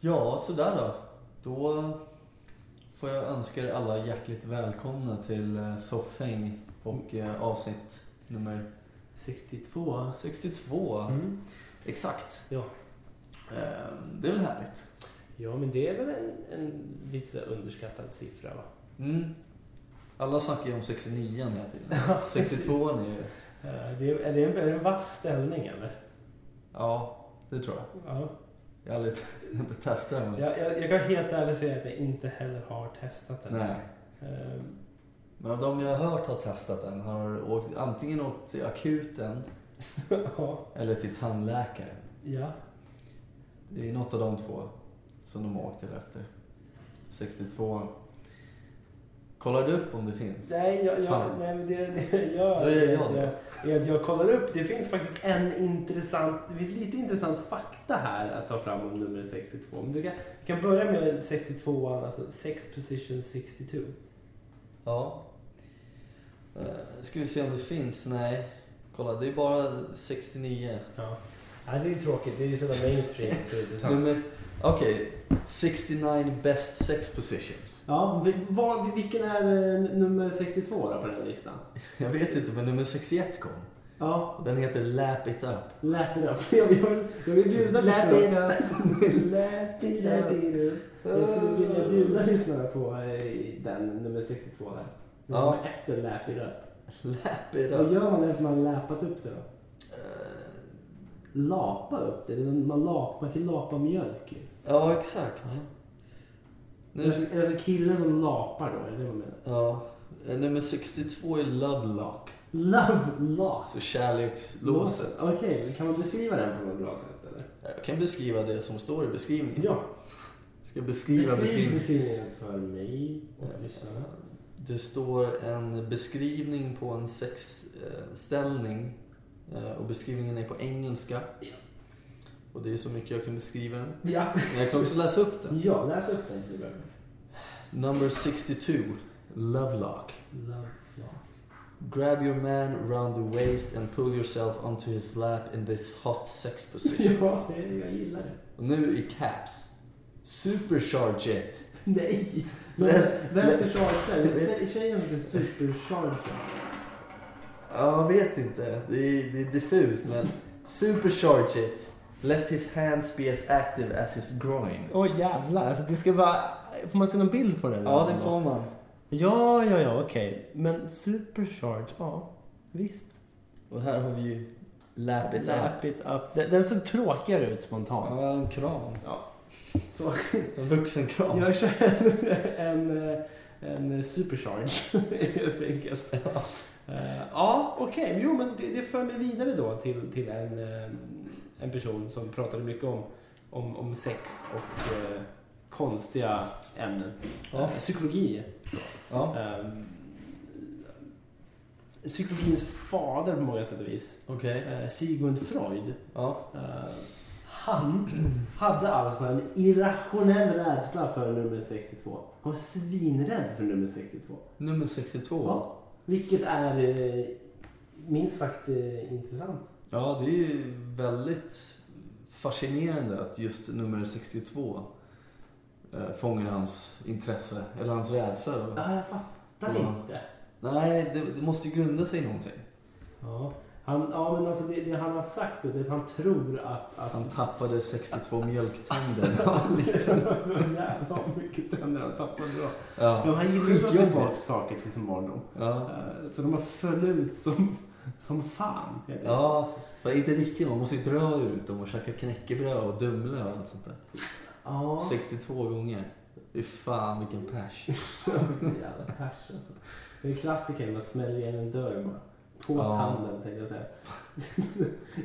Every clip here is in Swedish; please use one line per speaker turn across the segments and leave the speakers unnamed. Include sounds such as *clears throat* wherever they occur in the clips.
Ja, sådär då. Då får jag önska er alla hjärtligt välkomna till eh, Soffhäng och eh, avsnitt nummer
62.
62.
Mm.
Exakt.
Ja.
Eh, Det är väl härligt?
ja, men det är väl en, en lite så här underskattad
*laughs*
siffra va?
Mm. Alla snackar ju om 69 hela
*laughs*
tiden. 62 är ju...
Eh, Det är, är, det en, är det en vass ställning eller?
Ja, det tror jag.
Ja.
Jag har aldrig *laughs* jag har inte testat det. Men...
Jag, jag, jag kan helt ärligt säga att jag inte heller har testat den.
Nej.
Eh,
Men av de jag har hört har testat den har åkt, antingen åkt till akuten
*laughs* ja.
eller till tandläkaren.
ja.
Det är något av de två som de har åkt till efter. 62 Kollar du upp om det finns?
Nej, jag,
Fan.
jag, nej, men det, det jag,
Då gör jag
jag,
det.
jag, jag kollar upp. Det finns faktiskt en intressant, det finns lite intressant fakta här att ta fram om nummer 62. Men du kan, du kan börja med 62, alltså 6 precision 62.
Ja. Eh, Ska vi se om det finns? Nej. Kolla, det är bara 69.
Ja. Nej, det är ju tråkigt. Det är ju sådana mainstream så det är inte sant.
Nummer... Okej. 69 best sex positions.
Ja, vi- vad- vilken är eh, nummer 62 då på den här listan?
Jag vet inte, men nummer 61 kom.
Ja,
Den heter Lap it up.
lap it up. *laughs* Jag vill, jag vill bjuda lyssnarna.
Lap it
Lap
up.
it up. Jag skulle vilja bjuda lyssnarna på eh, den nummer 62 där. Den
Ja.
som är efter lap it up.
Lap it
Vad
up.
gör man efter man har läpat upp det då?
Eh,
Lapa upp det? det är när man, lap, man kan lapa mjölk ju.
Ja, exakt.
Ja.
Nu
Eller så- eller så killen som lapar då, är det det man menar?
Ja. Eh, Nummer 62 är Love Lock.
Love lock.
Alltså kärlekslåset.
Okej, kan man beskriva den på något bra sätt eller?
Jag kan beskriva det som står i beskrivningen.
Ja.
Ska jag beskriva
Beskriv
beskrivningen?
beskrivningen för mig och lyssnarna.
Det står en beskrivning på en sexställning. eh, Och beskrivningen är på engelska.
Ja.
Och det är så mycket jag kan beskriva den.
Ja.
Men jag kan också läsa upp den.
Ja, läs upp den till mig.
Number 62, Love Lock.
Love lock.
Grab your man around the waist and pull yourself onto his lap in this hot sex position.
Ja, det, jag gillar det.
Och nu i caps. Supercharge it.
Nej!
Men-
Vem ska chargea? Det är tje- Tjejen som ska superchargea.
Ja, jag vet inte. Det är, det är diffust, men... Supercharge it. Let his hands be as active as his groin.
Åh oh, jävlar, alltså det ska vara... Får man se någon bild på det?
Ja, det får man.
Ja, ja, ja, okej. Men supercharge, ja. Visst.
Och här har vi ju Lap it up.
Lap it up. Den, den såg tråkigare ut spontant.
Ja, en kram.
Så
En vuxenkram.
jag kör *laughs* en, en, eh, en supercharge, *laughs* helt enkelt. Eh, Ja, okej. Jo, men det, det för mig vidare då till, till en, eh, en person som pratade mycket om, om, om sex och eh, konstiga ämnen.
Ja.
Eh, Psykologi.
Ja,
Eh, psykologins fader på många sätt och vis.
okej.
Eh, Sigmund Freud.
Ja.
Eh, han hade alltså en irrationell rädsla för nummer 62. Han var svinrädd för nummer 62.
Nummer 62. Ja,
Ja. Vilket är eh, minst sagt eh, intressant.
det är ju väldigt fascinerande att just nummer 62 eh, fångar hans intresse, eller hans rädsla då.
Ja, jag fattar
Ja.
inte.
Nej, det, det måste ju grunda sig i någonting.
Ja. Han, ja, men alltså det, det han har sagt då, det är att han tror att... att
Han tappade 62 mjölktänder. *laughs* ja,
Jävlar vad mycket tänder han tappade då. Ja, men han gillar ju att dra
Skitjobbigt.
tillbaka saker till sin barndom.
Ja.
Eh, Så de har föll ut som, som fan. helt enkelt.
ja, för inte riktigt. Man måste ju dra ut dem och käka knäckebröd och dumlar och allt sånt där.
Ja.
62 gånger. Fy fan vilken pers.
Jävla pers alltså. Det är klassikern, man smäller igen en dörr bara. På
Ja.
tanden tänkte jag säga. *laughs*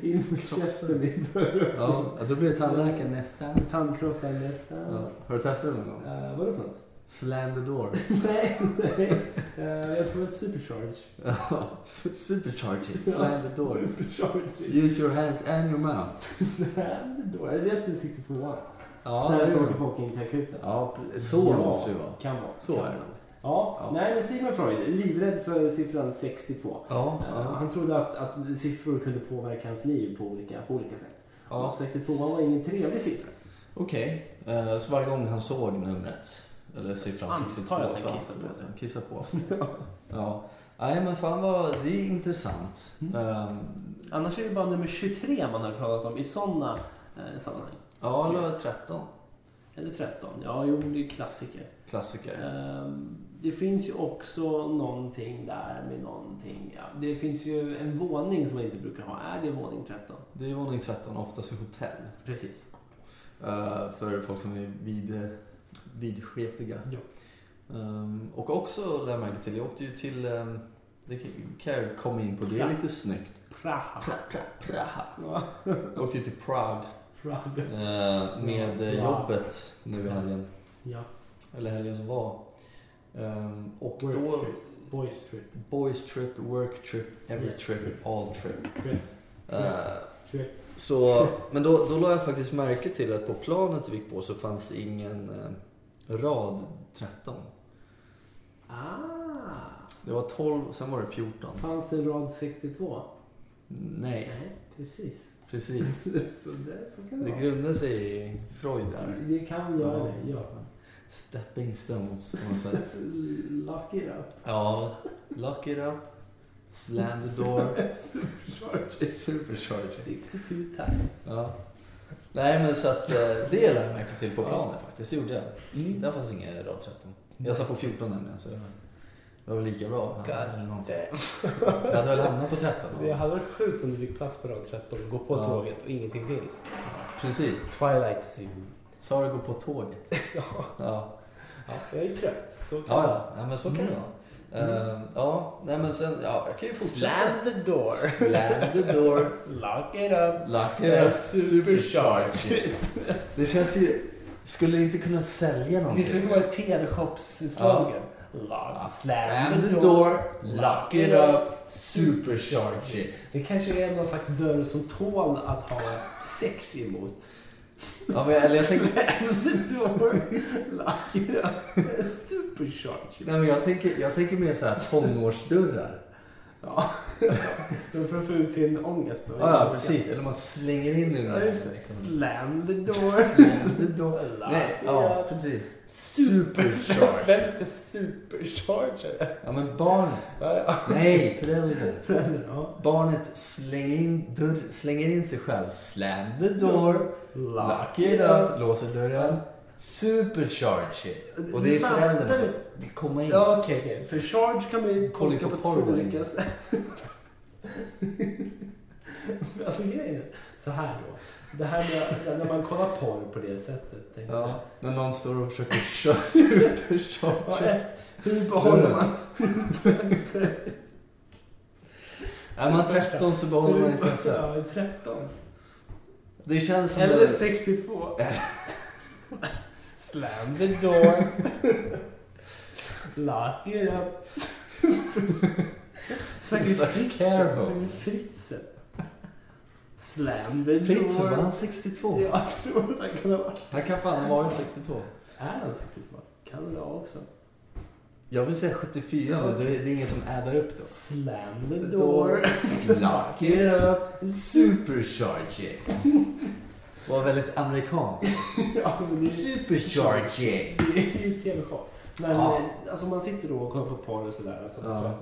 In med käften i dörren.
Ja, då blir det tandläkaren nästa.
Tandkrossaren nästan.
Ja. Har du testat det någon gång?
Eh, vad är det för något? *laughs*
Slam the door.
nej, nej. Eh, jag tror det är supercharge.
Ja, Supercharge it. Slam the door.
*laughs* Supercharge.
Use your hands and your mouth.
Då är det som är 62
Ja, det
Därför
är
åker
det.
folk in till akuten.
Ja, så måste det vara.
Kan vara.
Så
kan
är det.
vara. Ja.
Ja.
nej men Sigmund Freud, livrädd för siffran 62.
Ja,
Eh,
ja.
Han trodde att, att siffror kunde påverka hans liv på olika, på olika sätt.
Ja.
Och 62 var ingen trevlig siffra.
Okej, eh, så varje gång han såg numret, eller siffran
Antar
62,
jag att han
så
kissade på sig.
han kissade på sig.
*laughs*
ja. Nej men fan vad, det är intressant.
Mm.
Eh,
Annars är det bara nummer 23 man har hört talas om i sådana eh, sammanhang.
ja, eller 13.
Eller 13. Ja, jo, det är ju klassiker.
Klassiker.
Ehm, Det finns ju också någonting där med någonting. Ja, det finns ju en våning som man inte brukar ha. Är det våning 13?
Det är våning 13, oftast i hotell.
Precis.
Eh, för folk som är vid, vidskepliga.
Ja.
Ehm, och också lade jag märke till, jag åkte ju till, ehm, det kan- kan jag komma in på, det
Praha.
är lite snyggt.
Praha.
Pra, pra, Praha.
*laughs* Ja,
Jag åkte ju till Prague
Praha.
eh, med eh,
Wow.
jobbet nu i helgen.
Ja.
Eller helgen som var. Ehm, och
Work
då,
trip. Boys trip.
boys trip, work trip, every
Yes. Mm.
trip, all trip.
Trip.
Eh,
Trip.
Så, men då, då la jag faktiskt märke till att på planet vi gick på så fanns ingen eh, rad 13.
Ah!
Det var 12, sen var det 14.
Fanns det rad 62?
Nej,
precis. *laughs*
precis.
så, det, så kan det,
Det
vara.
grundar sig i Freud där.
Det kan göra
Ja.
det, ja.
Stepping stones på något sätt.
Lock it up.
Ja, lock it up, slam the door,
Supercharge.
supercharge.
62 times.
Ja. Nej men så att eh, det lade jag märke till på planet faktiskt, det gjorde jag. *laughs*
Mm.
Där fanns ingen rad 13. Jag satt på 14 nämligen så det var väl lika bra.
God
Eller någonting.
damn.
Jag hade väl hamnat på 13.
Det hade varit sjukt om du fick plats på rad 13, gå på
Ja.
tåget och ingenting finns.
Precis.
Twilight Zone. *laughs*
Sara går på tåget.
Ja,
Ja,
jag är trött. Så kan
ja,
det vara.
ja. ja men så kan
Mm.
det vara. Ehm, ja, nej men sen, ja, jag kan ju fortsätta.
Slam the door.
Slam the door.
Lock it up.
Lock it
Yeah,
up.
supercharge.
Det känns ju... Skulle det inte kunna sälja någonting?
Det skulle kunna vara TV-shops-slogan.
Ja.
Lock, slam
Slam the door, lock it up, supercharge it.
Det kanske är någon slags dörr som tål att ha sex emot.
Ja, men, eller jag tänker,
Slam the door, lock it up, supercharge.
nej, men jag, tänker, jag tänker mer så här tonårsdörrar.
Ja. Då får du få ut sin ångest då.
Ja, ja, precis. Eller man slänger in i den
Ja,
här.
just det.
Liksom.
Slam the door.
Slam the door.
Lock
Nej,
it
ja,
up.
precis.
Supercharge.
Supercharge.
Vem ska supercharge det?
Ja, men barn.
Ja, ja.
Nej, föräldrar.
Föräldrar, ja.
Barnet slänger in, dörr, slänger in sig själv. Slam the door,
Lock
lock it up, låser dörren. Supercharge it. Och det är föräldrarna som vill komma in.
Ja, okej. okej. För charge kan man ju
Kolla
tolka på
på
två
porr där
olika
inne.
sätt. *laughs* alltså grejen är så här då. Det här med, när man kollar porr på det sättet. Tänker jag
Ja,
säga.
när någon står och försöker köra *laughs* supercharge.
Vad
it.
ett, hur behåller
Dörren.
man intresset?
Är man 13 så
*laughs*
behåller man inte ens
Ja, 13.
Det känns som...
Eller
det- *laughs*
62. Slam the door. Lock it up. Snackar vi
Stackars
Fritzen?
Carol.
Snackar vi Fritzen? Slam the door.
Fritz, var han 62?
Jag tror att han kan ha varit...
Han kan fan ha varit 62.
Är han 62? Kan det vara också.
Jag vill säga 74, men det, det är ingen som addar upp då.
Slam the door.
Lock it up, supercharge it. Var väldigt amerikanskt.
*laughs* ja, men det är-
Supercharge it.
det är ju en tv-show. Men
Ja.
eh, alltså, man sitter då och kollar på porr och sådär. Alltså,
Ja.
för att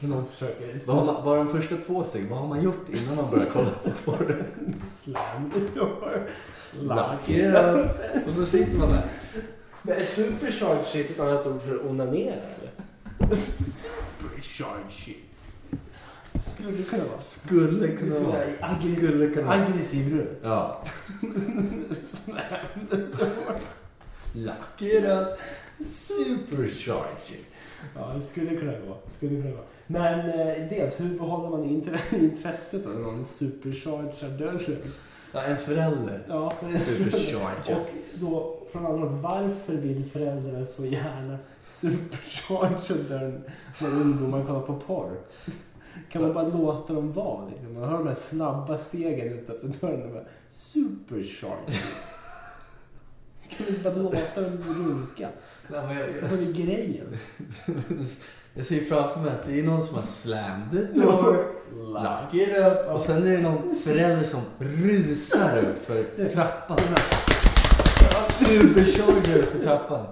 man, man försöker...
Vad har man, vad är de första två stegen? Vad har man gjort innan man börjar kolla på *laughs* porr?
Slam the door.
Lock it up. Och så sitter man där.
Men supercharge shit, ett annat ord för onanera eller? supercharge shit. Skulle det kunna vara.
Skulle kunna
Sådär
vara.
i aggressiv-
Skulle kunna vara.
Aggressiv röst.
Ja.
Slam the door.
Lock it up, supercharge it.
Ja, det skulle kunna gå. Skulle kunna gå. Men eh, dels, hur behåller man intre- *laughs* intresset av någon superchargad dörr?
Ja, ens förälder.
Ja, det är-
Supercharge it.
Och då från andra hållet, varför vill föräldrar så gärna supercharga dörren när ungdomar kollar på porr? Kan man bara låta dem vara? Liksom? Man hör de här snabba stegen utanför dörren. Och bara, supercharge. Kan man inte bara låta dem runka?
Nej, men jag, jag,
Vad är grejen?
jag ser framför mig att det är någon som har slammed the door. Lock it up! Och sen är det någon förälder som rusar upp för trappan.
Den här
Supercharger för trappan.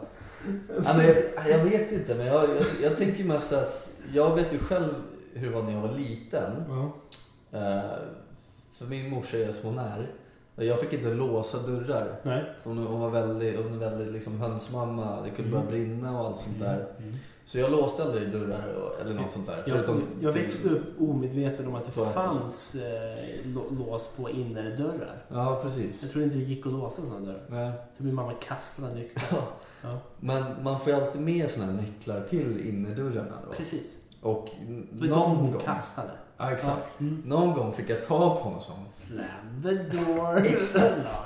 Ja, men jag, jag vet inte, men jag, jag, jag tänker mest att jag vet ju själv hur det var när jag var liten.
Ja.
Eh, för min morsa är smonär. Jag fick inte låsa dörrar.
Nej.
För hon, hon var väldigt, hon var väldigt liksom hönsmamma. Det kunde börja
Mm.
brinna och allt sånt där.
Mm.
Så jag låste aldrig dörrar och, eller något sånt där.
Jag,
Förutom
jag
till-
växte upp omedveten om att det
Toaletter och
fanns eh, lå- lås på innerdörrar.
Ja, precis.
Jag trodde inte det gick att låsa sådana dörrar.
Nej.
Jag tror min mamma kastade nycklar. Ja.
Men man får ju alltid med såna här nycklar till innerdörrarna då.
Precis.
Och
Det var de
någon
hon
gång,
kastade.
ja, exakt.
Ja. Mm.
någon gång fick jag tag på en sån.
Slam
*laughs*
the door.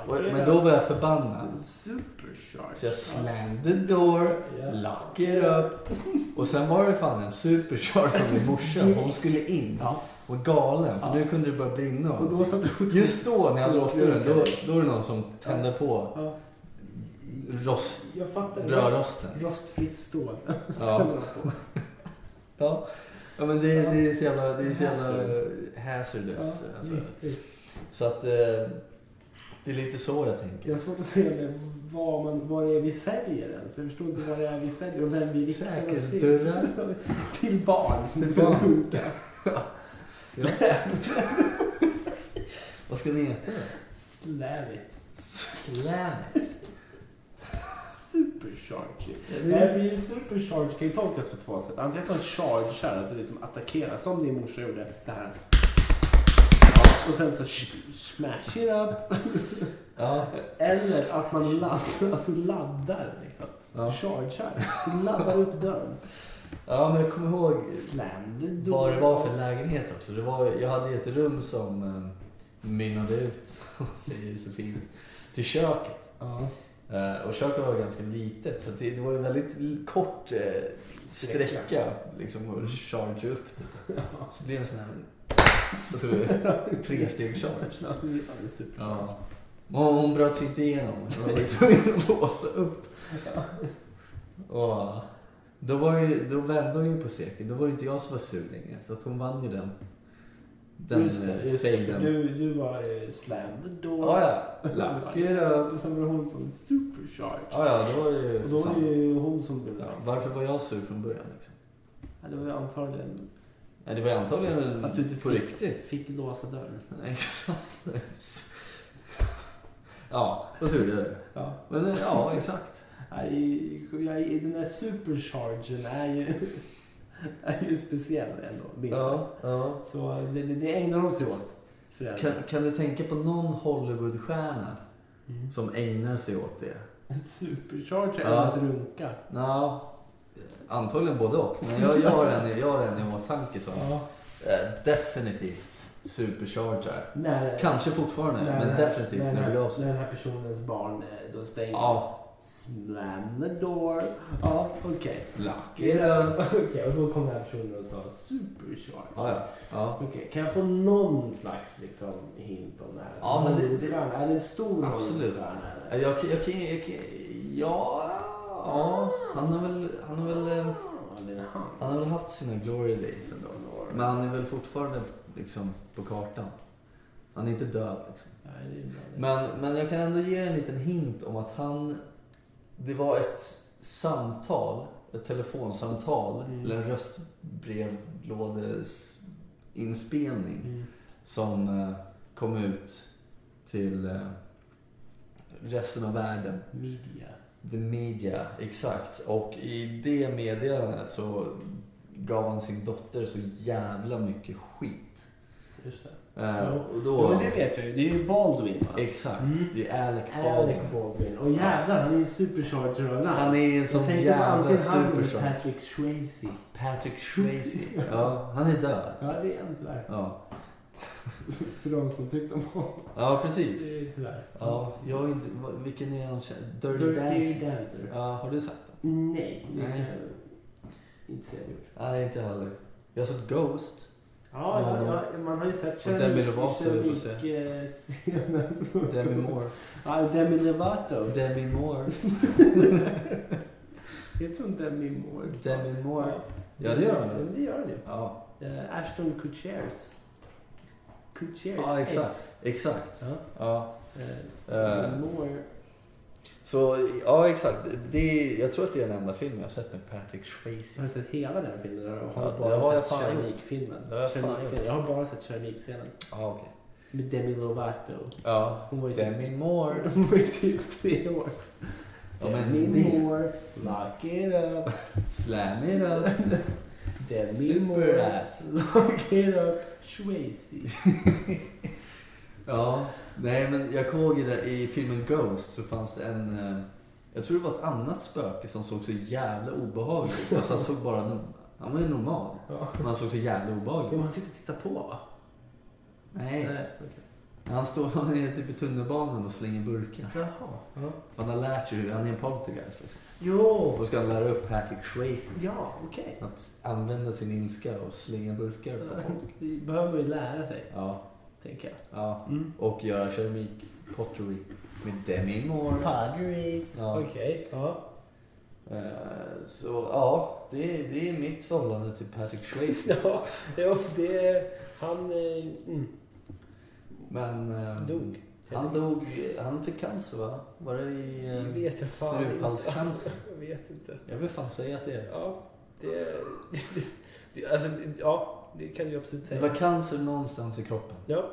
Och, men då var jag förbannad.
Supercharged.
Så jag slammed the door,
Ja.
lock it up. Och sen var det fan en supercharge från min morsa. Hon skulle in.
Ja.
Hon var galen, för
Ja.
nu kunde det börja brinna.
Och då satt du och tog-
Just då när jag låste den, då, då är det någon som tänder på
Ja,
rost,
jag fattar. det.
brödrosten.
Rostfritt stål. *laughs*
Ja.
Tänder de på.
Ja. ja, men det, det är så jävla, det är så jävla
Hazard.
hazardous.
Ja,
alltså.
visst, visst.
Så att eh, det är lite så jag
Jag har
tänker.
svårt att se med vad, man, vad det är vi säljer ens. Jag förstår inte vad det är vi säljer och vem vi riktar oss till.
Säkerhetsdörrar.
*laughs* Till barn som
Till
ska
barn.
runka.
Ja. *laughs* Vad ska den heta då?
Slam it.
Planet.
Supercharge. Nej, för ju supercharge kan ju tolkas på två sätt. Antingen att man chargear, att du liksom attackerar som din morsa gjorde. Det här. Och sen så sh- smash it up.
Ja.
Eller att man laddar, att du laddar liksom. Du
Ja.
chargear. Du laddar upp dörren.
ja, men jag kommer ihåg
Slam the door.
vad det var för lägenhet också. Det var, jag hade ju ett rum som eh, mynnade ut, *laughs* om man säger det så fint, till köket.
Ja.
Eh, Och köket var ganska litet så det, det var en väldigt l- kort eh,
Sträcka. Mm.
sträcka liksom, att charge upp det.
*laughs* Ja.
Så det blev en sån här alltså,
*laughs*
trestegs-charge.
Ja, det är supercharge.
Ja. Men Hon, hon bröt sig inte igenom. Hon var liksom tvungen att låsa upp. Och, då, var ju, då vände hon ju på steken. Då var det inte jag som var sur längre. Så att hon vann ju den. Den
just det, eh, just det. För
fejden.
Du, du var eh, slam the door.
Ja, ja. Lock it up.
Och sen var det hon som supercharge.
Ja, ja, då var det ju...
Och då var det
fan.
ju hon som blev
Ja,
lägst.
varför var jag sur från början liksom?
Ja, det var ju antagligen
Nej, det var ju antagligen
Att du inte
på
fick-
riktigt.
fick låsa dörren.
Nej, *laughs* exakt. ja, vad tur det är.
Ja.
Men eh, ja, exakt.
Jag, är- jag, är- den där superchargen är ju, *laughs* är ju speciell ändå, minst
Ja, ja.
sagt. Så det, det, det ägnar de sig åt,
Kan,
föräldrarna.
kan du tänka på någon Hollywoodstjärna
Mm.
som ägnar sig åt det?
En supercharge är
Ja.
att runka.
Ja, antagligen både och. Men jag, jag, har, en, jag har en i åtanke som
Ja.
eh, definitivt supercharger.
När,
Kanske fortfarande,
när-
men definitivt
när,
när det begav sig.
När den här personens barn eh, då stänger.
Ja,
Slam the door. Ja, okej.
lock
Okej,
it up.
och då kom den här personen och sa supercharge.
Ja, ja. ja.
Okej, kan jag få någon slags liksom, hint om det här?
Ja, men det- det-
Hollywoodstjärna, Är det en stor
Absolut.
Hollywoodstjärna, eller?
Jag, jag, jag, jag, jag, ja, ja, han har väl, han har väl, eh,
Ja, Ah, det är han.
han har väl haft sina glory days ändå. Men han är väl fortfarande liksom på kartan. Han är inte död liksom.
Nej, det är bra.
Men, men jag kan ändå ge en liten hint om att han, det var ett samtal, ett telefonsamtal
Mm.
eller en röstbrevlådesinspelning
Mm.
som eh, kom ut till eh, resten av världen.
Media.
The Media, exakt. Och i det meddelandet så gav han sin dotter så jävla mycket skit.
Just det.
Eh,
Ja.
och
Ja,
då...
men det vet jag ju. Det är ju Baldwin, va?
Exakt,
Mm.
det är Alec
Alec
Baldwin.
Baldwin. Och jävlar, han är ju supercharger av
Han är en
Jag
sån
tänker på
jävla
antingen han eller
superstar.
Patrick Swayze.
Patrick Swayze. ja, han är död.
Ja, det är han tyvärr.
Ja,
*laughs* För de som tyckte om honom.
ja precis.
Det är Tyvärr.
Ja, jag är inte... vad- Vilken är han känd? Dirty,
Mm. Dirty
Dancing?
Dancer.
Ja, har du sett den?
Nej, det kan
Nej.
jag inte säga det gjort.
Nej, inte heller. Jag har sett Ghost.
Ja,
Ja,
ja, ja, man har ju sett
Och Demi Lovato, höll jag på att säga.
Kärlek-scenen.
Demi
*laughs*
Moore.
Ja, Demi Lovato.
Demi Moore.
Heter hon Demi Moore?
Demi Moore. Ja, det gör
Ja,
han.
men det gör hon ju.
Ja.
Eh, Ashton Kutchers. Kutchers
Ja, exakt.
ex.
Exakt.
Ja.
Ja.
eh,
Eh,
Demi Moore.
Så ja, exakt. Det är, jag tror att det är den enda filmen jag har sett med Patrick Swayze.
Jag har sett hela den här filmen. Jag har
Ja,
bara
det har jag
sett
fan gjort.
keramikfilmen.
Det har jag fan
Keramikscenen. Jag har bara sett keramikscenen.
Ja, okej.
Med Demi Lovato.
Ja.
Hon var ju typ,
Demi Moore.
*laughs* hon var ju typ tre år.
Om ens
Demi
det.
Moore, lock it up.
Slam it up.
Demi Moore,
Superass.
*laughs* lock it up. Swayze.
Ja, nej men jag kommer ihåg i, det- i filmen Ghost så fanns det en... eh, Jag tror det var ett annat spöke som såg så jävla obehaglig ut. Alltså han såg bara... no- Han var ju normal.
Ja.
Men han såg så jävla
Jo,
obehaglig
men
ut.
han sitter och tittar på va?
Nej.
okej.
Han står han är typ i tunnelbanan och slänger burkar.
Jaha. Ja.
Han har lärt sig hur... Han är en poltergeist liksom. Och
Jo.
då ska han lära upp Patrick Swayze
Ja, okej.
att använda sin ilska och slänga burkar på folk.
Det behöver man ju lära sig,
Ja,
tänker jag.
ja.
Mm.
Och göra keramik, pottery med Demi Moore.
Padre.
Ja.
Okej. Ja.
Eh, Så ja, det, det är mitt förhållande till Patrick Swayze.
Ja, ja, det... Han... eh, Mm,
Men... eh,
dog.
Han dog, han fick cancer va? Var det i...
Det
eh,
vet jag fan inte.
struphalscancer.
Alltså, jag vet inte.
Jag vill fan säga att det är det.
Ja, det... *laughs* det, det alltså, det- ja, det kan du absolut
Det
säga.
var cancer någonstans i kroppen.
Ja.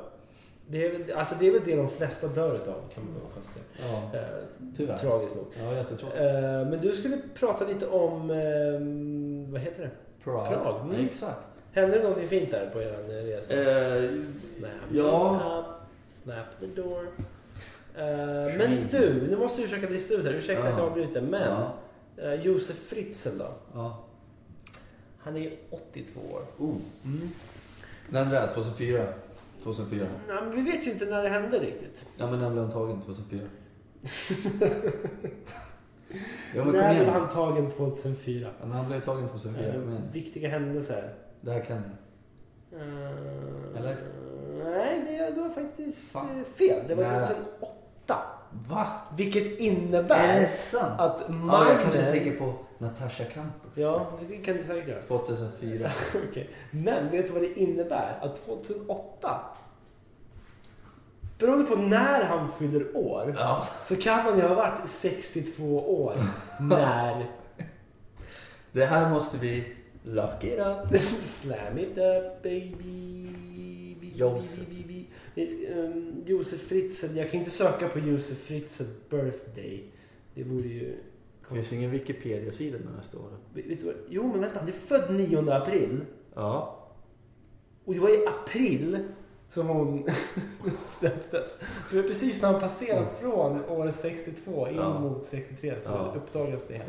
Det är, väl, alltså det är väl det de flesta dör utav, kan man väl konstatera.
Ja,
Eh,
tyvärr.
tragiskt nog.
Ja, jättetråkigt.
Eh, men du skulle prata lite om... Eh, vad heter det?
Prague.
Prag, mm.
Ja, exakt.
Hände det någonting fint där på er eh, resa?
Eh,
Snap
ja.
it up, snap the door. Eh, men
Schmied.
du, nu måste du försöka lista ut här. Ursäkta
Ja.
att jag avbryter, men
Ja.
eh, Josef Fritzl då?
ja.
Han är 82 år.
Oh.
Mm.
Den där, 2004. 2004.
Nej, men vi vet ju inte när det hände riktigt.
Ja, men den blev han tagen
*laughs*
2004. ja, men kom
när blev
igen.
han tagen 2004?
Ja, men han blev tagen 2004, kom
Eh,
igen.
viktiga händelser.
Det här kan jag.
Eh,
Eller?
Nej, det, det var faktiskt
Fan.
eh, fel. Det var
Nära.
2008.
Va?
Vilket
Är det
innebär
sant?
att
Ja, jag kanske
Magner...
tänker på Natasha Kampusch.
Ja, det *laughs* kan du säkert göra.
2004.
Okej. Men vet du vad det innebär? Att 2008, beroende på när han fyller år,
Ja.
så kan han ju ha varit
*laughs*
62 år när
Det här måste vi lock it up.
*laughs* Slam it up baby. Bi-
Josef.
bi- bi- bi- bi- Ehm, Josef Fritzl. Jag kan inte söka på Josef Fritzl birthday. Det vore ju...
Finns ingen Wikipedia-sida med nästa år?
Vet du vad? Jo, men vänta. Han är född 9 april.
Ja.
Och det var i april som hon *laughs* släpptes. Så det var precis när han passerade från år 62 in
Mm. Ja.
mot 63 så
Ja.
uppdagades det hela.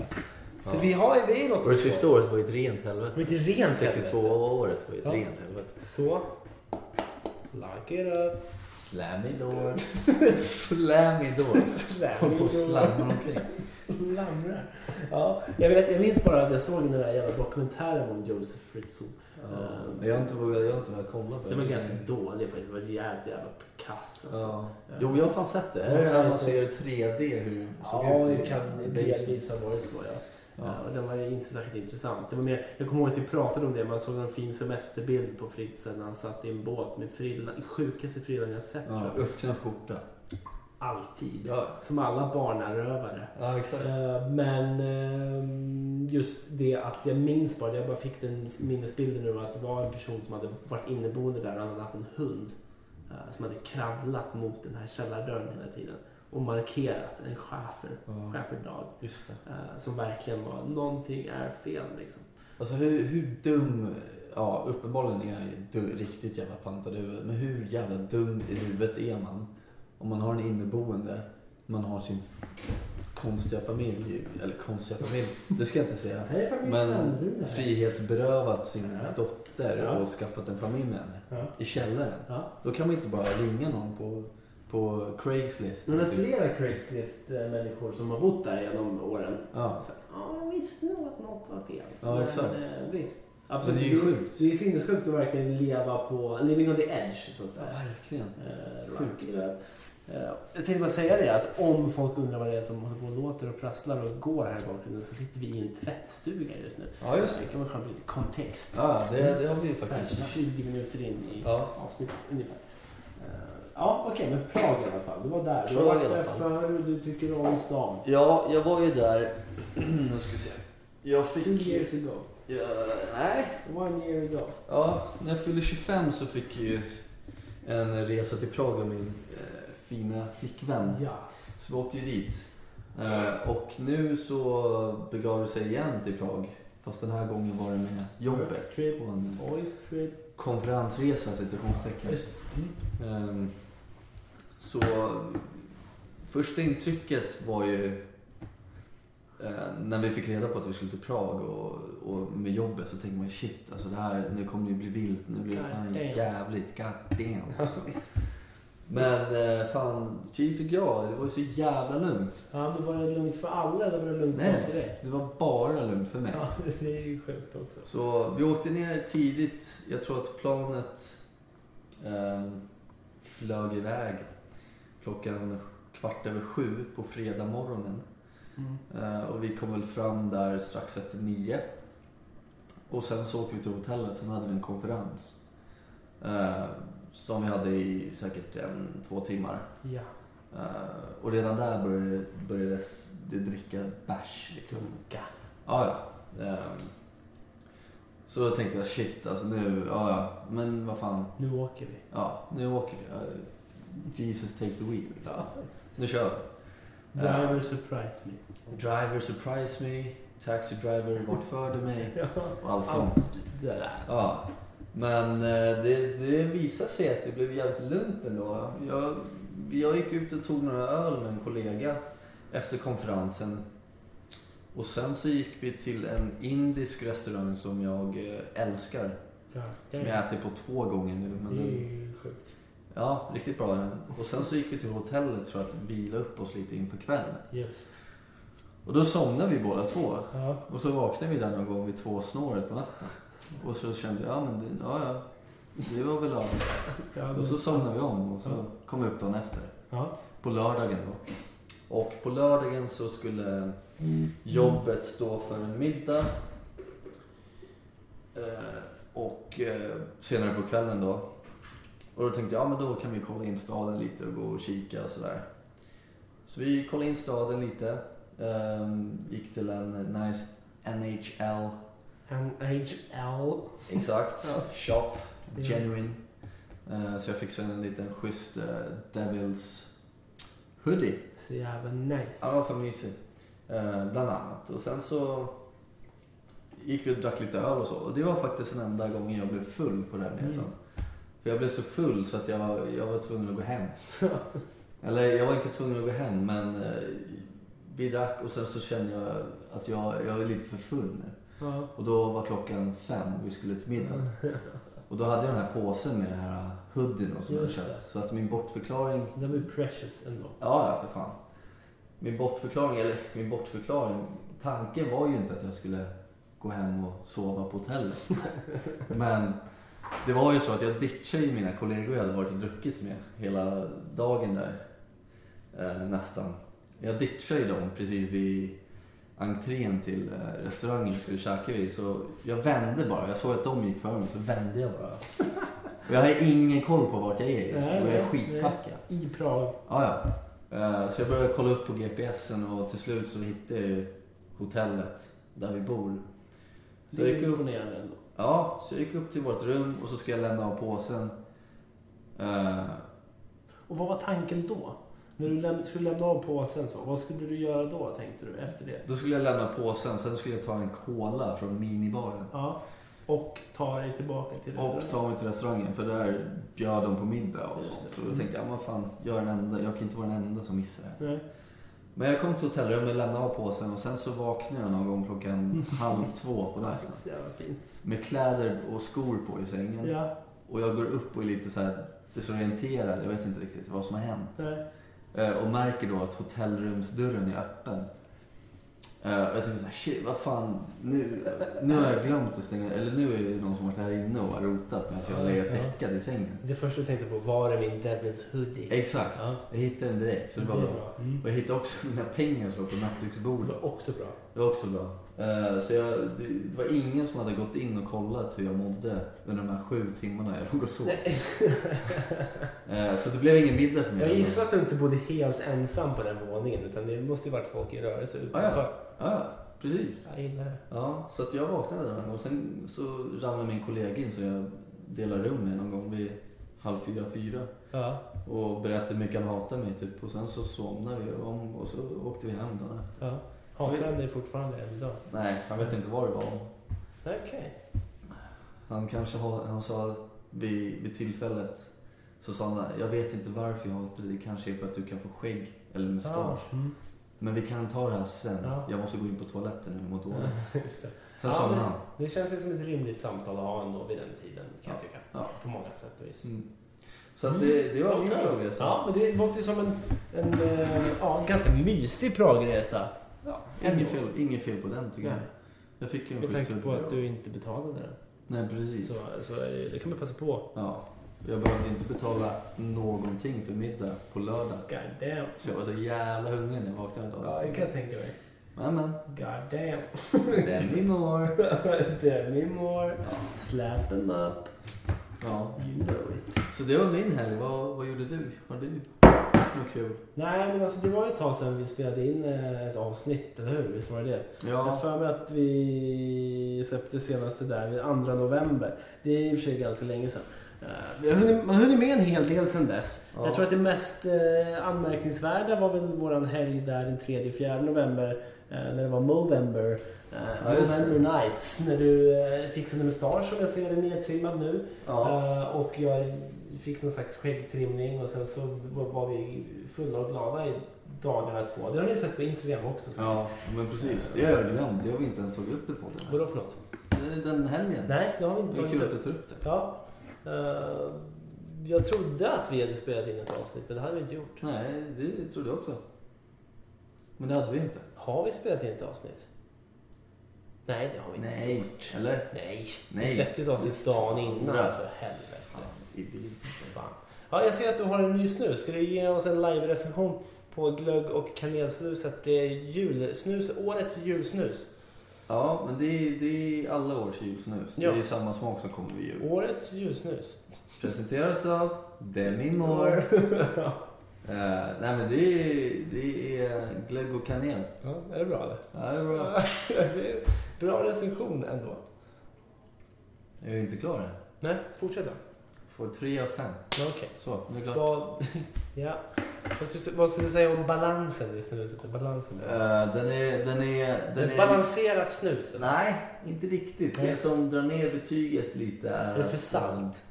Så
Ja.
vi har vi är något
Och det sista
år.
året var ju ett rent helvete.
Men inte rent
62-året var ju ett
Ja.
rent helvete.
Så. Like it up.
*laughs* Slamidor. Slamidor. Håller på och slamrar omkring.
Slamrar. Ja, jag, vet, jag minns bara att jag såg den där jävla dokumentären om Joseph Fritzl.
Ja. Jag har inte vågat, jag har inte vågat kolla på
Den var ganska dålig faktiskt. Den var jävligt jävla kass alltså.
Ja. Jo, jag har fan sett det. Är det när man ser 3D hur det såg
Ja,
ut? i
det kan
The Basement?
delvis ha varit så ja. Ja,
Ja.
och den var ju inte särskilt intressant. Det var mer, jag kommer ihåg att vi pratade om det, man såg en fin semesterbild på Fritzl när han satt i en båt med frillan, sjukaste frillan jag sett tror
Ja,
jag.
öppna skjorta.
Alltid.
Ja,
Som alla barnarövare.
ja exakt.
Eh, Men ehm, just det att jag minns bara, jag bara fick den minnesbilden nu att det var en person som hade varit inneboende där och han hade haft en hund eh, som hade kravlat mot den här källardörren hela tiden och markerat en schäfer,
Ja,
schäferdag.
just det.
Eh, som verkligen var, någonting är fel liksom.
Alltså hur, hur dum... Ja, uppenbarligen är jag ju du, riktigt jävla pantad i huvudet. Men hur jävla dum i huvudet är man? Om man har en inneboende, man har sin konstiga familj. Eller konstiga familj, det ska jag inte säga.
Nej,
Men frihetsberövat sin
Ja.
dotter
Ja.
och skaffat en familj med henne
Ja.
i källaren.
Ja.
Då kan man inte bara ringa någon på, på Craigslist.
Men det är
typ.
flera Craigslist-människor som har bott där genom åren.
Ja.
Så, Ja, jag visste nog att något var fel.
Ja, exakt.
Eh, visst.
Men det är ju sjukt.
Det är sinnessjukt att verkligen leva på living on the edge, så att
ja,
säga.
verkligen.
Eh,
Sjukt.
rock it up. Eh, Jag tänkte bara säga det att om folk undrar vad det är som håller på och låter och prasslar och går här i bakgrunden så sitter vi i en tvättstuga just nu.
Ja, just det.
Det kan vara skönt med lite kontext. Mm.
Ja, det, det har vi ju
Så här
faktiskt.
20 minuter in i
Ja.
avsnitt ungefär. Eh, Ja, okej, men Prag i alla fall. Du var där. Du har
Prag i
varit
alla
där
fall.
förr, du tycker om stan.
Ja, jag var ju där... *clears throat* Nu ska vi se. Jag
Two
fick...
years ago.
Ja, nej,
One year ago.
Ja, när jag fyllde 25 så fick jag ju en resa till Prag av min eh, fina flickvän.
Yes.
Så vi åkte ju dit. Eh, och nu så begav det sig igen till Prag. Fast den här gången var det med jobbet.
Trip.
På en
Boys trip.
konferensresa, citationstecken.
Just. Mm.
Ehm, så första intrycket var ju eh, när vi fick reda på att vi skulle till Prag och, och med jobbet så tänkte man shit, alltså det här, nu kommer det ju bli vilt, nu blir det
God
fan
damn.
jävligt, god damn. Alltså. Men eh, fan, tji fick jag, det var ju så jävla lugnt.
Ja, men var det lugnt för alla eller var det lugnt
Nej,
bara
nej.
för dig?
Det var bara lugnt för mig.
Ja, *laughs* det är ju sjukt också.
Så vi åkte ner tidigt. Jag tror att planet eh, flög iväg klockan kvart över sju på fredag morgonen.
Mm.
Eh, och vi kom väl fram där strax efter nio. Och sen så åkte vi till hotellet, sen hade vi en konferens. Eh, som vi hade i säkert en, två timmar.
Ja.
Eh, och redan där började, började det dricka bärs. Liksom.
Dunka.
Ja, ja. Ehm, Så då tänkte jag shit alltså nu, ja, ja. men vad fan.
Nu åker vi.
Ja, nu åker vi. Ja, Jesus take the wheel. Liksom.
Ja.
Nu kör vi.
Driver surprise me.
Driver surprise me, taxi driver vart förde mig
Ja.
och allt sånt.
Det där.
Ja. Men eh, det, det visade sig att det blev jävligt lugnt ändå. Jag, jag gick ut och tog några öl med en kollega efter konferensen. Och sen så gick vi till en indisk restaurang som jag eh, älskar.
Ja.
Som jag ätit på två gånger nu.
Det är
Men den,
ju sjukt.
ja, riktigt bra är den. Och sen så gick vi till hotellet för att vila upp oss lite inför kvällen.
Just.
Och då somnade vi båda två.
Ja.
Och så vaknade vi där någon gång vid två snåret på natten. Och så kände jag, ja men det, ja, ja, det var väl lagom.
ja men-
Och så somnade vi om och
Ja.
så kom vi upp dagen efter.
Ja.
På lördagen då. Och på lördagen så skulle jobbet stå för en middag. Eh, Och eh, senare på kvällen då. Och då tänkte jag, ja men då kan vi kolla in staden lite och gå och kika och sådär. Så vi kollade in staden lite. Ehm, Gick till en nice NHL,
NHL.
exakt,
*laughs* Ja.
shop.
Ja.
Genuine. Eh, Så jag fick så en liten schysst eh, Devils hoodie.
Så jävla nice.
Ja, vad fan mysig. Eh, Bland annat. Och sen så gick vi och drack lite öl och så. Och det var faktiskt den enda gången jag blev full på den resan.
Mm.
För jag blev så full så att jag, jag var tvungen att gå hem. Eller jag var inte tvungen att gå hem men eh, vi drack och sen så kände jag att jag, jag är lite för full nu.
*laughs* Ja.
Och då var klockan fem och vi skulle till
*laughs*
middag. Och då hade jag den här påsen med den här hoodien och som jag hade
Just det.
köpt. Så att min bortförklaring...
Det var ju precious ändå.
Ja, ja för fan. Min bortförklaring, eller min bortförklaring. Tanken var ju inte att jag skulle gå hem och sova på
*laughs*
hotellet. Men det var ju så att jag ditchade ju mina kollegor jag hade varit och druckit med hela dagen där. Eh, nästan. Jag ditchade ju dem precis vid entrén till eh, restaurangen vi skulle käka vid. Så jag vände bara. Jag såg att de gick före mig så vände jag bara.
*laughs*
Och jag har ingen koll på vart jag är just nu och jag är
Nej, nej,
skitpackad.
I Prag.
Ja, ja. Eh, Så jag började kolla upp på GPSen och till slut så hittade jag ju hotellet där vi bor.
Det
Det
är
gick upp.
imponerande ändå.
Ja, så jag gick upp till vårt rum och så ska jag lämna av påsen. Eh,
Och vad var tanken då? När du läm- skulle lämna av påsen, så, vad skulle du göra då tänkte du efter det?
Då skulle jag lämna påsen, sen skulle jag ta en cola från minibaren.
Ja. Och ta dig tillbaka till
Och ta mig till restaurangen, för där bjöd de på middag och
Just
sånt.
det.
Så då
Mm.
tänkte jag, ja, men fan, jag, är den enda, jag kan inte vara den enda som missar det här.
Nej.
Men jag kom till hotellrummet, lämnade av påsen och sen så vaknade jag någon gång klockan halv två på natten.
Så jävla fint.
Med kläder och skor på i sängen.
Ja.
Och jag går upp och är lite så här desorienterad, jag vet inte riktigt vad som har hänt.
Nej.
Eh, och märker då att hotellrumsdörren är öppen. Eh, och jag tänker så här, shit vad fan, nu, nu har jag glömt att stänga, eller nu är det någon som har varit här inne och har rotat medan jag har legat
Ja.
däckad i sängen.
Det första jag tänkte på, var är min Devils hoodie?
Exakt,
Ja.
jag hittade den direkt så det var bra.
Mm.
Och jag hittade också mina pengar som var på nattduksbordet.
Det var också bra.
Det var också bra. Eh, Så jag, det, det var ingen som hade gått in och kollat hur jag mådde under de här sju timmarna jag låg och sov. Eh, Så det blev ingen middag för mig.
*laughs* Jag gissar att du inte bodde helt ensam på den våningen utan det måste ju varit folk i rörelse utanför.
Ja, Ja, precis.
Jag gillar det.
Ja, så att jag vaknade där någon gång. Sen så ramlade min kollega in så jag delade rum med någon gång vid halv fyra, fyra.
Ja.
Och berättade hur mycket han hatade mig typ. Och sen så somnade vi om och så åkte vi hem dagen efter.
ja. Hatar han dig fortfarande än idag?
Nej, han vet inte vad det var om.
Okej.
Han kanske ha, han sa vid, vid tillfället så sa han jag vet inte varför jag hatar dig. Det kanske är för att du kan få skägg eller mustasch.
Ja. Mm.
Men vi kan ta det här sen.
Ja.
Jag måste gå in på toaletten nu, jag mår dåligt.
Ja, just det.
Sen
Ja,
somnade
men-
han.
det känns ju som ett rimligt samtal att ha ändå vid den tiden kan jag tycka.
Ja.
På många sätt och vis. Mm.
Mm. Så att det, det var min
Okej.
progress.
Ja, men det låter ju som en, en eh, ja, en ganska mysig Pragresa.
Ja, inget, fel, inget fel på den tycker jag.
Nej.
Jag fick ju en
Med
schysst
tanke på
huvudroll.
att du inte betalade den.
Nej, precis.
Så, så är det, det kan man passa på.
Ja. Jag behövde inte betala någonting för middag på lördag.
God damn.
Så jag var så jävla hungrig när jag vaknade dagen
Ja, det kan
efter.
jag tänka mig.
Men men,
God damn. *laughs*
then we more.
Demi Moore.
Ja.
Slap them up.
ja.
You know it.
Så det var min helg. Vad, vad gjorde du? Har du något kul?
Nej, men alltså det var ju ett tag sedan vi spelade in eh, ett avsnitt, eller hur? Visst var det det? Jag har
Ja,
för mig att vi släppte senaste där vid 2 november. Det är i och för sig ganska länge sedan. Eh, vi har hunnit- Man har hunnit med en hel del sedan dess.
Ja.
Jag tror att det mest eh, anmärkningsvärda var väl våran helg där den 3-4 november. eh, När det var Movember. eh,
Ja, just det.
Movember Nights. När du eh, fixade mustasch som jag ser den nedtrimmad nu.
ja.
Eh, Och jag fick någon slags skäggtrimning och sen så var- var vi fulla och glada i dagarna två. Det har ni sett på Instagram också. Så.
ja, men precis. Det har jag glömt. Det har vi inte ens tagit upp i podden.
Vadå för något?
Det är Den helgen.
Nej, det har vi inte
Det är kul
tagit
att
upp.
du tar upp det.
Ja. Eh, jag trodde att vi hade spelat in ett avsnitt, men det hade vi inte gjort.
Nej, det trodde jag också. Men det hade vi inte.
Har vi spelat in ett avsnitt? Nej, det har vi inte
Nej.
gjort.
Eller?
Nej. Vi
Nej.
släppte ett avsnitt
Just.
dagen innan,
Bra.
för helvete.
Idiot.
Fan. Ja, jag ser att du har en ny snus. Ska du ge oss en live-recension på glögg och kanelsnuset? Det är julsnus, årets julsnus.
Ja, men det är, det är alla års julsnus.
Ja.
Det är samma smak som kommer vid jul.
Årets julsnus.
Presenteras av Demi Moore. *laughs* Eh, nej men det är, det är glögg och kanel.
Ja, är det bra eller?
Ja, det är bra.
*laughs* det är bra recension ändå.
Jag är inte klar än.
Nej, fortsätt då.
Får tre av fem.
Ja, Okej.
Så, nu är det klart.
Vad, *laughs* ja. vad, skulle, vad skulle du säga om balansen i snuset? Balansen.
Eh, den är... Den är... Den
Ett
är
balanserat snus? eller?
nej, inte riktigt. Det som drar ner betyget lite är...
Är det för salt?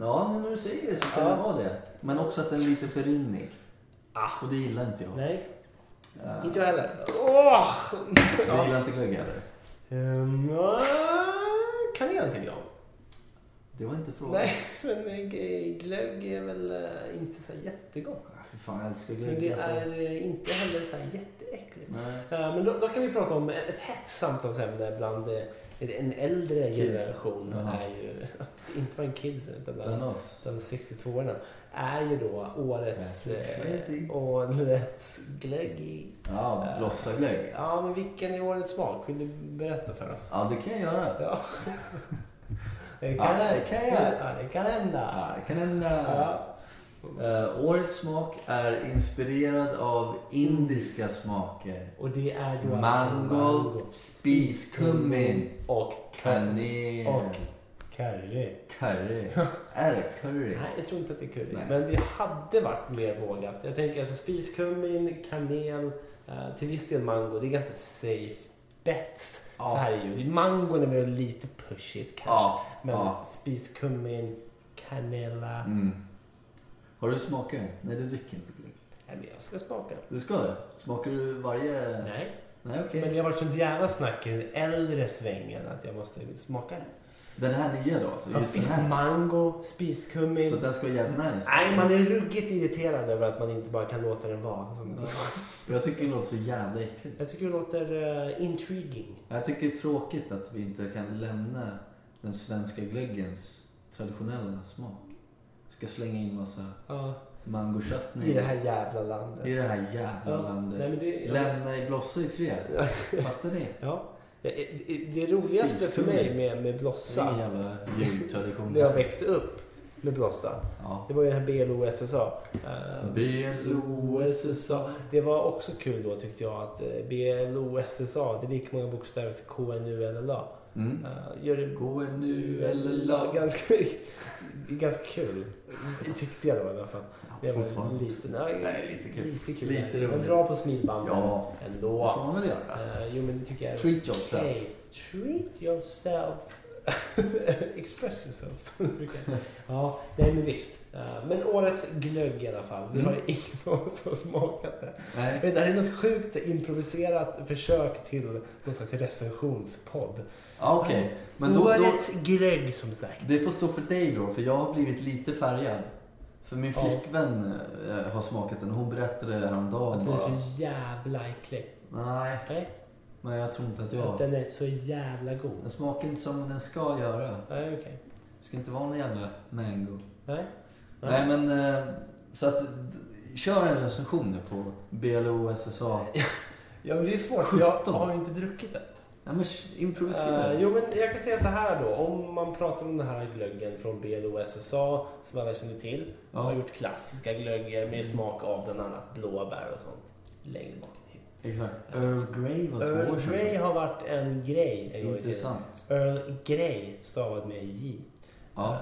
Ja, men när du säger det så kan
Ja.
det vara det. Men också att den är lite för rinnig.
Ah.
Och det gillar inte jag.
Nej,
Eh,
inte jag heller. Åh!
Du gillar inte glögg heller?
Ehm, ah, kanel tycker jag om.
Det var inte frågan.
Nej, *laughs* men eh, glögg är väl eh, inte så här jättegott.
Fy fan, jag älskar
Men
glögg
det
alltså.
är eh, inte heller så här jätteäckligt.
Nej.
Eh, Men då, då kan vi prata om ett hett samtalsämne bland eh, en äldre
Kids.
generation.
Jaha.
är ju, *laughs* inte bara en kids, utan bland
Den oss.
Den 62-åringen är ju då årets,
Ja.
eh, årets glögg.
Ja,
Eh.
blossaglögg.
Ja, men vilken är årets smak? Vill du berätta för oss?
Ja, det kan jag göra.
Ja. Det
Ja, det kan jag.
Ja, det kan hända.
Ja, det kan hända.
Ja.
Eh, årets smak är inspirerad av indiska smaker.
Och det är då alltså
Mango, spiskummin,
och kanel.
kanel,
Och curry.
curry. Är det curry?
Nej, jag tror inte att det är curry.
Nej.
Men det hade varit mer vågat. Jag tänker alltså spiskummin, kanel, eh, till viss del mango. Det är ganska safe bets
Ja.
så här i jul. Mangon är väl lite pushigt kanske.
Ja,
Men
ja.
spiskummin, kanela.
Mm. Har du smakat den? Nej, du dricker inte glögg.
Nej, men jag ska smaka den.
Du ska det? Smakar du varje...
Nej,
Nej, okej.
men det har varit sånt jävla snack i den äldre svängen att jag måste smaka den.
Den här nya då? Alltså,
Ja,
just den
finns
här.
mango, spiskummin.
Så den ska vara jävligt nice?
Nej, man är ruggigt irriterad över att man inte bara kan låta den vara. Som...
Ja. Jag tycker det låter så jävla äckligt.
Jag tycker det låter eh, intriguing.
Jag tycker det är tråkigt att vi inte kan lämna den svenska glöggens traditionella smak. Ska slänga in massa
Ja.
mangochutney
I det här jävla landet.
i det här jävla
Ja,
landet.
nej, men det-
Lämna i Blossa i
*laughs*
fred. Fattar ni?
Ja. Det, det- det roligaste för mig med, med
Det är ingen
Blossa,
jävla jultradition.
När jag växte upp med Blossa.
Ja.
Det var ju den här BLO-SSA. Eh,
BLOSSA.
Det var också kul då tyckte jag att eh, BLO-SSA, det är lika många bokstäver som KNU-LLA.
Mm.
Eh, Gör det
Gå en nu eller laga.
Ganska, det är ganska kul. Tyckte jag då i alla fall. Det var
Fortfarande.
lite, nej,
Nej, lite kul.
Lite kul.
Lite
men
roligt.
dra på smilbanden
Ja,
ändå.
det får man väl göra.
Eh, jo men det tycker jag är
Treat yourself.
okej. Treat yourself. *laughs* Express yourself. som det brukar. ja, nej men visst. Eh, men årets glögg i alla fall. Vi
Mm.
har ingen *laughs* av oss som smakat det.
Nej.
Men det här är något sjukt improviserat försök till någon slags recensionspodd.
Ja, Okej, men då, då,
årets glögg som sagt.
det får stå för dig då, för jag har blivit lite färgad. För min
Ja.
flickvän eh, har smakat den och hon berättade det häromdagen
Att den är
bara.
så jävla äcklig.
Nej,
Nej,
men jag tror inte att Alltså.
att
jag...
den är så jävla god.
Den smakar inte som den ska göra.
Nej, okej.
Det ska inte vara någon jävla mango.
Nej.
Nej men, eh, så att... Kör en recension nu på BLO
*laughs*
SSA.
Ja, men det är svårt. för Jag
17.
har ju inte druckit det.
Nej men sh- improvisera.
Eh, jo, men jag kan säga så här då. Om man pratar om den här glöggen från BLO SSA som alla känner till.
Ja.
Har gjort klassiska glögger med smak av bland annat blåbär och sånt. Längre bak i tiden.
Exakt. Earl Grey var två år
Earl
sedan.
Grey har varit en grej en gång i tiden.
Intressant.
Earl Grey stavad med J.
Ja,
Eh,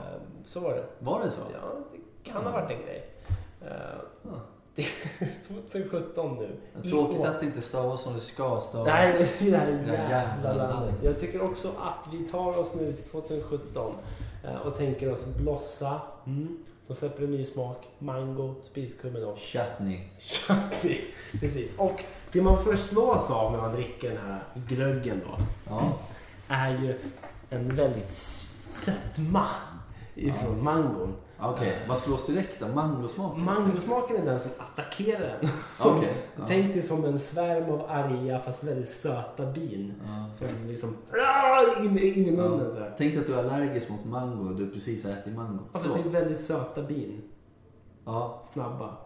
så var det.
var det så?
Ja, det kan ha varit en grej. Eh,
Ja.
*laughs* det är 2017 nu. I
Tråkigt
år.
att det inte stavas som det ska stavas.
Nej, men det här
Det här
jävla
jävla
landet.
landet.
Jag tycker också att vi tar oss nu till 2017 eh, och tänker oss Blossa. Mm. De släpper en ny smak. Mango,
*laughs*
spiskummin och
Chutney.
chutney. Precis. Och det man förslås av när man dricker den här glöggen då
Ja.
är ju en väldigt sötma ifrån mangon.
Okej, vad slås direkt då? Mangosmaken?
Mangosmaken är den som attackerar en. Som,
Okej. Ja.
Tänk dig som en svärm av arga fast väldigt söta bin.
Ja.
Som liksom ah, in, in i munnen så här.
Tänk dig att du är allergisk mot mango och du precis har ätit mango.
Ja, fast
så.
det är väldigt söta bin.
Ja.
Snabba.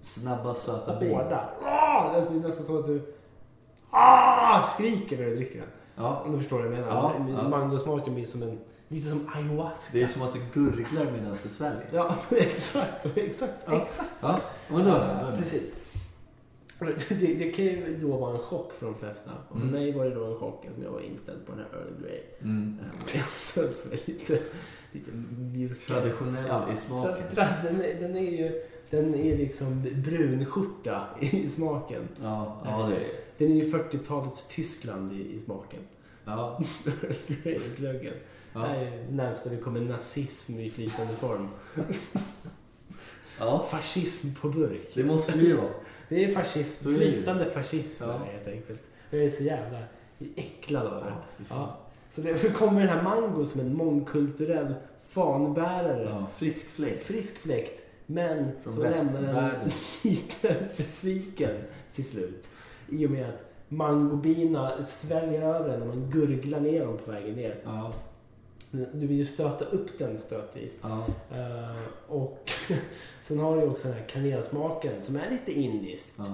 Snabba söta bin.
Hårda. Ah, alltså, det är nästan som att du ah, skriker när du dricker den.
Ja.
Om du förstår vad jag menar.
Ja,
Min
ja.
Mangosmaken blir som en... Lite som ayahuasca.
Det är som att du gurglar medan du sväljer.
Ja, *laughs* exakt så. Exakt så.
Ja.
Exakt så.
Ja, men då är det. Då är det.
Precis. Det, det kan ju då vara en chock för de flesta. Och för
Mm.
mig var det då en chock eftersom jag var inställd på den här Earl Grey.
Mm.
Den som är lite, lite mjukare.
Traditionell i smaken.
Tra- tra- Den, är- den är ju den är liksom brunskjorta i smaken.
Ja, ja det är det.
Den är ju 40-talets Tyskland i, i smaken. *laughs*
Ja.
Glöggen.
Ja.
Det är ju närmsta vi kommer nazism i flytande form.
ja.
Fascism på burk.
Det måste vi ju vara.
Det är fascism.
Så är det ju.
Flytande fascism
Ja.
är det helt enkelt. Jag är så jävla äcklad av det.
Ja, fy fan.
Ja. Så därför kommer den här mango som en mångkulturell fanbärare.
Ja, frisk fläkt.
Frisk fläkt, men
Från
så lämnar den
västvärlden.
*laughs* lite besviken till slut. I och med att mangobina sväljer över den när man gurglar ner dem på vägen ner.
Ja,
Du vill ju stöta upp den stötvis.
ja.
Eh, och *laughs* sen har du ju också den här kanelsmaken som är lite indisk.
Ja.
Eh,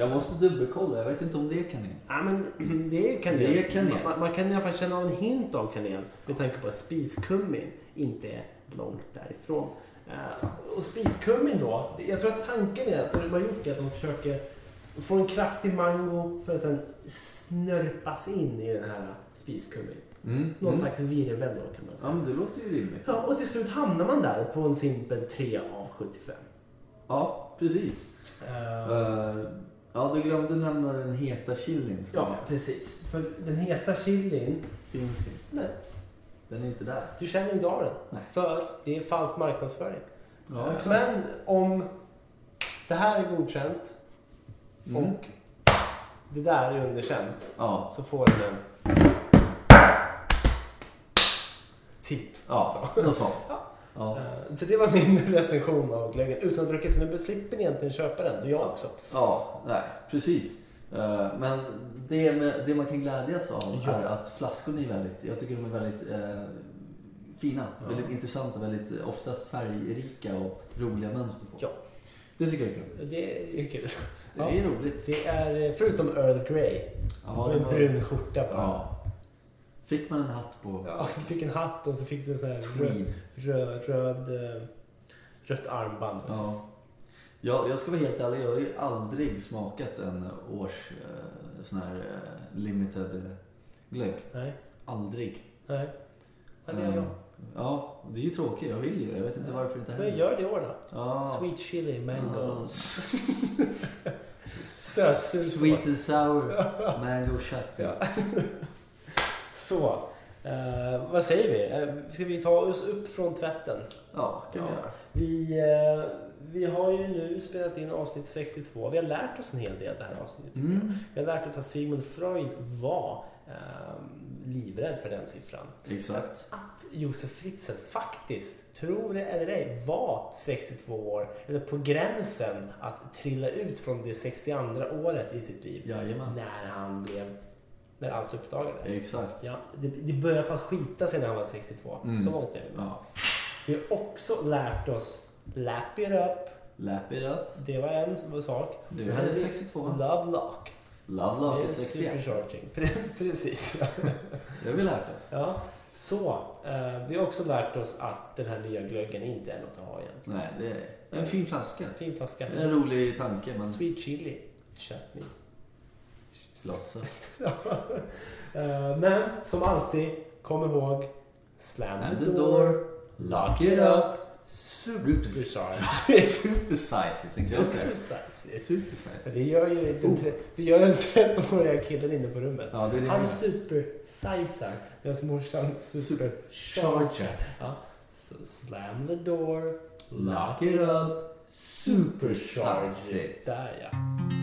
Jag måste dubbelkolla, jag vet inte om det kan ni.
Ja, men *clears throat* det är kanel.
Det är kanel.
Man, man kan i alla fall känna av en hint av kanel med tanke på att spiskummin inte är långt därifrån. Eh, och spiskummin då, jag tror att tanken är att de har gjort det att de försöker få en kraftig mango för att sen snörpas in i den här spiskummin.
Mm.
Någon
Mm.
slags virvel då kan man
Ja,
säga.
men det låter ju rimligt.
Ja, och till slut hamnar man där på en simpel 3 av 75.
Ja, precis.
Eh,
Eh, ja, du glömde nämna den heta chilin. som
ja, precis. För den heta chilin,
Finns inte.
nej,
Den är inte där.
Du känner inte av den.
Nej.
För det är falsk marknadsföring.
Ja, exakt.
Men om det här är godkänt
Mm.
och det där är underkänt
Ja,
så får den en... Typ.
ja något sånt.
Ja.
Ja.
Eh, Så det var min *laughs* recension av glöggen utan att dricka. Så nu slipper ni egentligen köpa den. Och jag också.
ja, nej, precis. Eh, men det, med, det man kan glädjas av
Ja.
är att flaskorna är väldigt, jag tycker de är väldigt eh, fina.
Ja.
Väldigt intressanta, väldigt eh, oftast färgrika och roliga mönster på.
Ja.
Det tycker jag är kul.
Det är kul.
Det är roligt.
Det är, eh, förutom Earl Grey,
Ja,
med
det
en
var...
brun skjorta bara.
ja. Fick man en hatt på
Ja, du fick en hatt och så fick du en sån här röd,
tweed?
röd, röd, eh, rött armband. och så.
Ja. Jag, jag ska vara helt ärlig, jag har ju aldrig smakat en års eh, sån här eh, limited eh, glögg.
Nej,
Aldrig.
nej. Vad gör
Ehm,
jag?
ja, det är ju tråkigt. Jag vill ju det. Jag vet inte
Ja.
varför det inte
Men
händer.
gör det i år då.
Ja.
Sweet chili, mango. *laughs*
Ja.
Sötsur
Sweet
sås.
and
*laughs*
sour mango chutney.
Ja. Så, eh, vad säger vi? Eh, ska vi ta oss upp från tvätten?
Ja, kan vi
Ja.
göra.
Vi, eh, vi har ju nu spelat in avsnitt 62. Vi har lärt oss en hel del det här avsnittet. tycker jag.
Mm.
Vi har lärt oss att Sigmund Freud var eh, livrädd för den siffran.
Exakt.
Att Josef Fritzl faktiskt, tro det eller ej, var 62 år. Eller på gränsen att trilla ut från det 62 året i sitt liv.
Jajamän.
När han blev... När allt uppdagades.
Exakt.
alltså. Ja, det, det började i alla fall skita sig när han var 62.
Mm.
Så långt är det.
Ja.
Vi har också lärt oss lap it up.
Lap it up.
Det var en som var sak.
Du
Sen hade
är
vi
62.
Love lock.
Love lock
det
är
är
61.
supercharging. *laughs* Precis.
Det har vi lärt oss.
ja. Så, eh, vi har också lärt oss att den här nya glöggen inte är något att ha egentligen.
Nej, det är en fin flaska.
Fin flaska.
En rolig tanke, men
Sweet chili chutney. *laughs*
låtsas.
Eh, men som alltid, kom ihåg. Slam
And the door, lock it up.
Supercharged.
*laughs* Supersize it, tänkte jag säga.
Supersize.
Supersize.
Det gör ju den, tre- det gör *laughs* den 13-åriga killen inne på rummet.
Ja, det är
Han
det.
supersizar medan morsan supercharger.
Supercharger.
Ja. Så slam the door.
Lock it up. Supersize it.
Ah, Där ja.